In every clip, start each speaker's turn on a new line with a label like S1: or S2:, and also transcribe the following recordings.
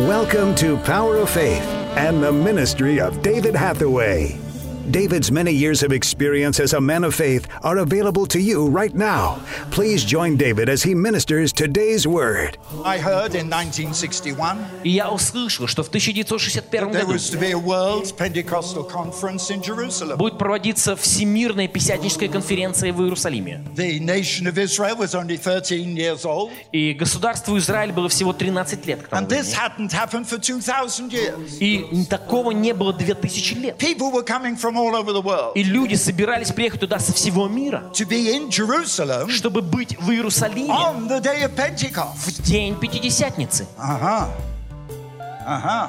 S1: Welcome to Power of Faith and the ministry of David Hathaway. David's many years of experience as a man of faith are available to you right now. Please join David as he ministers today's word.
S2: I heard in 1961
S3: И я услышал, что в 1961
S2: there
S3: году
S2: was to be a World Pentecostal Conference in Jerusalem.
S3: будет проводиться Всемирная Пятидесятническая конференция в Иерусалиме.
S2: The nation of Israel was only 13 years old,
S3: И государству Израиль было всего 13 лет к тому
S2: and this
S3: времени.
S2: hadn't happened for 2,000 years.
S3: И такого не было 2000 лет.
S2: People were coming from all over the world
S3: И люди собирались приехать туда со всего мира,
S2: to be in Jerusalem
S3: чтобы быть в Иерусалиме
S2: on the day of Pentecost.
S3: в день Пятидесятницы.
S2: Uh huh. Uh huh.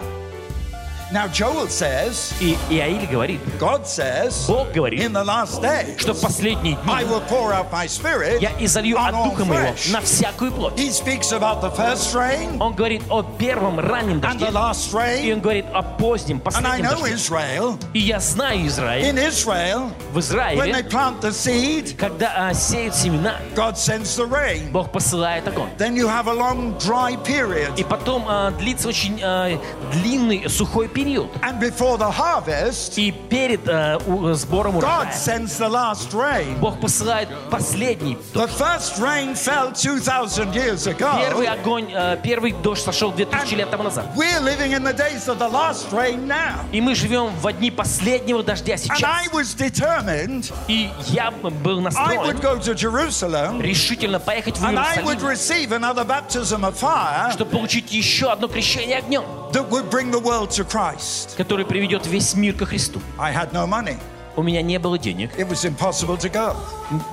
S2: Now, Joel says,
S3: И Иаиль говорит,
S2: God says,
S3: Бог
S2: in
S3: говорит,
S2: the last day,
S3: что в последние дни
S2: I will pour out my spirit
S3: я изолью
S2: on
S3: от
S2: all
S3: Духа моего
S2: flesh.
S3: на всякую плоть.
S2: He speaks about the first rain
S3: Он говорит о первом раннем
S2: and
S3: дожде,
S2: the last
S3: и
S2: rain.
S3: он говорит о позднем,
S2: And I
S3: последнем
S2: know
S3: дожде.
S2: Israel.
S3: И я знаю Израиль,
S2: In Israel,
S3: в
S2: when they
S3: Израиле,
S2: plant the seed,
S3: когда а, сеют семена,
S2: God sends the rain.
S3: Бог посылает огонь.
S2: Then you have a long dry period.
S3: И потом а, длится очень а, длинный сухой период.
S2: And before the harvest,
S3: И перед а, у- сбором
S2: God
S3: урожая
S2: sends the last rain.
S3: Бог посылает последний.
S2: The first rain fell 2,000 years
S3: Первый
S2: ago.
S3: огонь, а, первый дождь сошел 2000 лет тому назад.
S2: We're living in the days of the last rain now.
S3: И мы живем в дни последнего дождя
S2: And I
S3: сейчас.
S2: was determined
S3: И я был
S2: I would
S3: настроен
S2: go to Jerusalem
S3: решительно поехать в
S2: and I would
S3: Иерусалим,
S2: receive another baptism of fire
S3: чтобы получить еще одно крещение огнем,
S2: that would bring the world to Christ.
S3: которое приведет весь мир ко Христу.
S2: I had no money.
S3: У меня не было денег,
S2: It was impossible to go.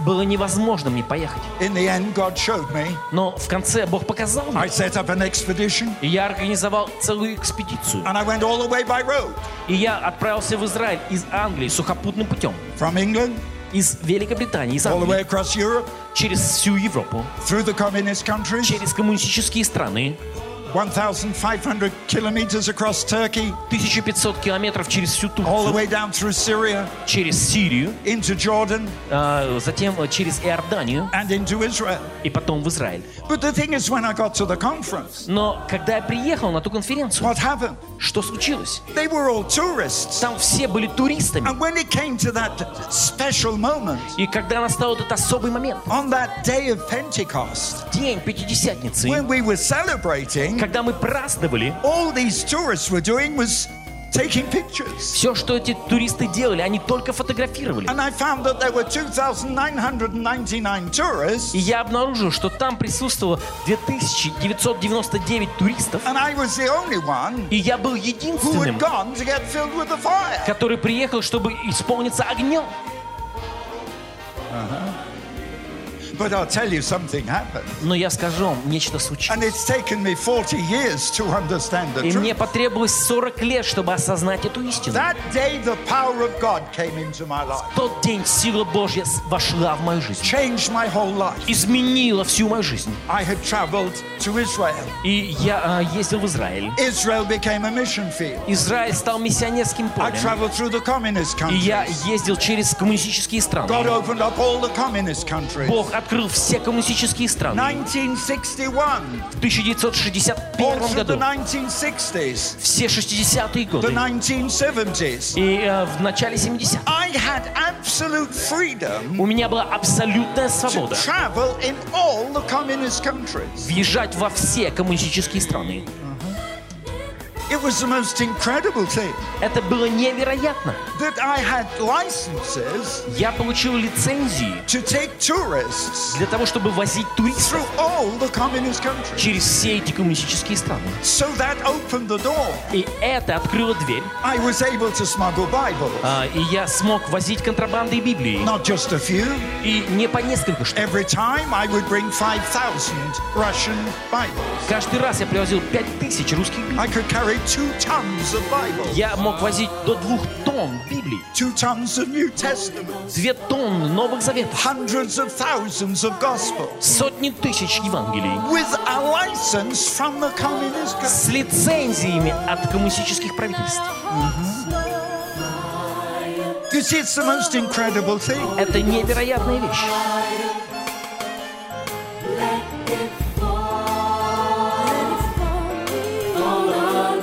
S3: было невозможно мне поехать.
S2: In the end, God showed me.
S3: Но в конце Бог показал
S2: I
S3: мне.
S2: set up an expedition
S3: И я организовал целую экспедицию.
S2: and I went all the way by road
S3: И я отправился в Израиль из Англии сухопутным путем.
S2: from England
S3: Из Великобритании, из
S2: all the way
S3: Англии,
S2: across Europe
S3: через всю Европу,
S2: through the communist countries,
S3: через коммунистические страны,
S2: 1,500 kilometers across Turkey,
S3: 1500 километров через всю
S2: all the
S3: Турцию,
S2: way down through Syria
S3: через Сирию,
S2: into Jordan
S3: а, затем э, через Иорданию
S2: and into Israel.
S3: и потом в Израиль.
S2: But the thing is, when I got to the conference,
S3: Но когда я приехал на ту конференцию,
S2: what happened?
S3: что случилось?
S2: They were all tourists.
S3: Там все были туристами.
S2: And when it came to that special moment,
S3: И когда настал этот особый момент,
S2: on that day of Pentecost,
S3: день Пятидесятницы,
S2: when we were celebrating,
S3: когда мы праздновали,
S2: all these tourists were doing was taking pictures.
S3: все, что эти туристы делали, они только фотографировали.
S2: And I found that there were 2,999 tourists,
S3: И я обнаружил, что там присутствовало 2999 туристов,
S2: and I was the only one
S3: и я был
S2: who had
S3: единственным,
S2: gone to get filled with the fire.
S3: который приехал, чтобы исполниться огнем.
S2: But I'll tell you, something happened.
S3: Но я скажу вам, нечто случилось.
S2: And it's taken me 40 years to understand the
S3: И мне
S2: truth.
S3: потребовалось 40 лет, чтобы осознать эту истину.
S2: That day, the power of God came into my life,
S3: В тот день сила Божья с- вошла в мою жизнь.
S2: changed my whole life.
S3: Изменила всю мою жизнь.
S2: I had traveled to Israel.
S3: И я а, ездил в Израиль.
S2: Israel became a mission field.
S3: Израиль стал миссионерским
S2: I
S3: полем.
S2: traveled through the communist
S3: И я
S2: countries.
S3: ездил через коммунистические
S2: God
S3: страны.
S2: opened up all the communist countries.
S3: Бог открыл все коммунистические страны
S2: 1961,
S3: в
S2: all
S3: 1961
S2: through the
S3: году.
S2: 1960s,
S3: все 60-е
S2: the
S3: годы
S2: 1970s.
S3: и э, в начале 70-х
S2: I had absolute freedom
S3: у меня была абсолютная
S2: to
S3: свобода
S2: travel in all the communist countries.
S3: въезжать во все коммунистические страны.
S2: It was the most incredible thing
S3: Это было невероятно.
S2: that I had licenses
S3: Я получил лицензии
S2: to take tourists
S3: для того, чтобы возить туристов
S2: through all the communist countries.
S3: через все эти коммунистические страны.
S2: So that opened the door.
S3: И это открыло дверь,
S2: I was able to smuggle Bibles.
S3: а, и я смог возить контрабандой Библии.
S2: Not just a few.
S3: И не по несколько штук.
S2: Every time I would bring 5,000 Russian Bibles.
S3: Каждый раз я привозил 5000 русских Библий.
S2: I could carry two tons of Bibles,
S3: Я мог возить до двух тонн Библий,
S2: two tons of New Testament,
S3: две тонны Новых Заветов,
S2: hundreds of thousands of Gospels,
S3: сотни тысяч Евангелий.
S2: with a license from the communist government.
S3: с лицензиями от коммунистических правительств.
S2: You see, it's the most incredible thing.
S3: Это невероятная вещь.
S4: Let it fall, let it fall, all on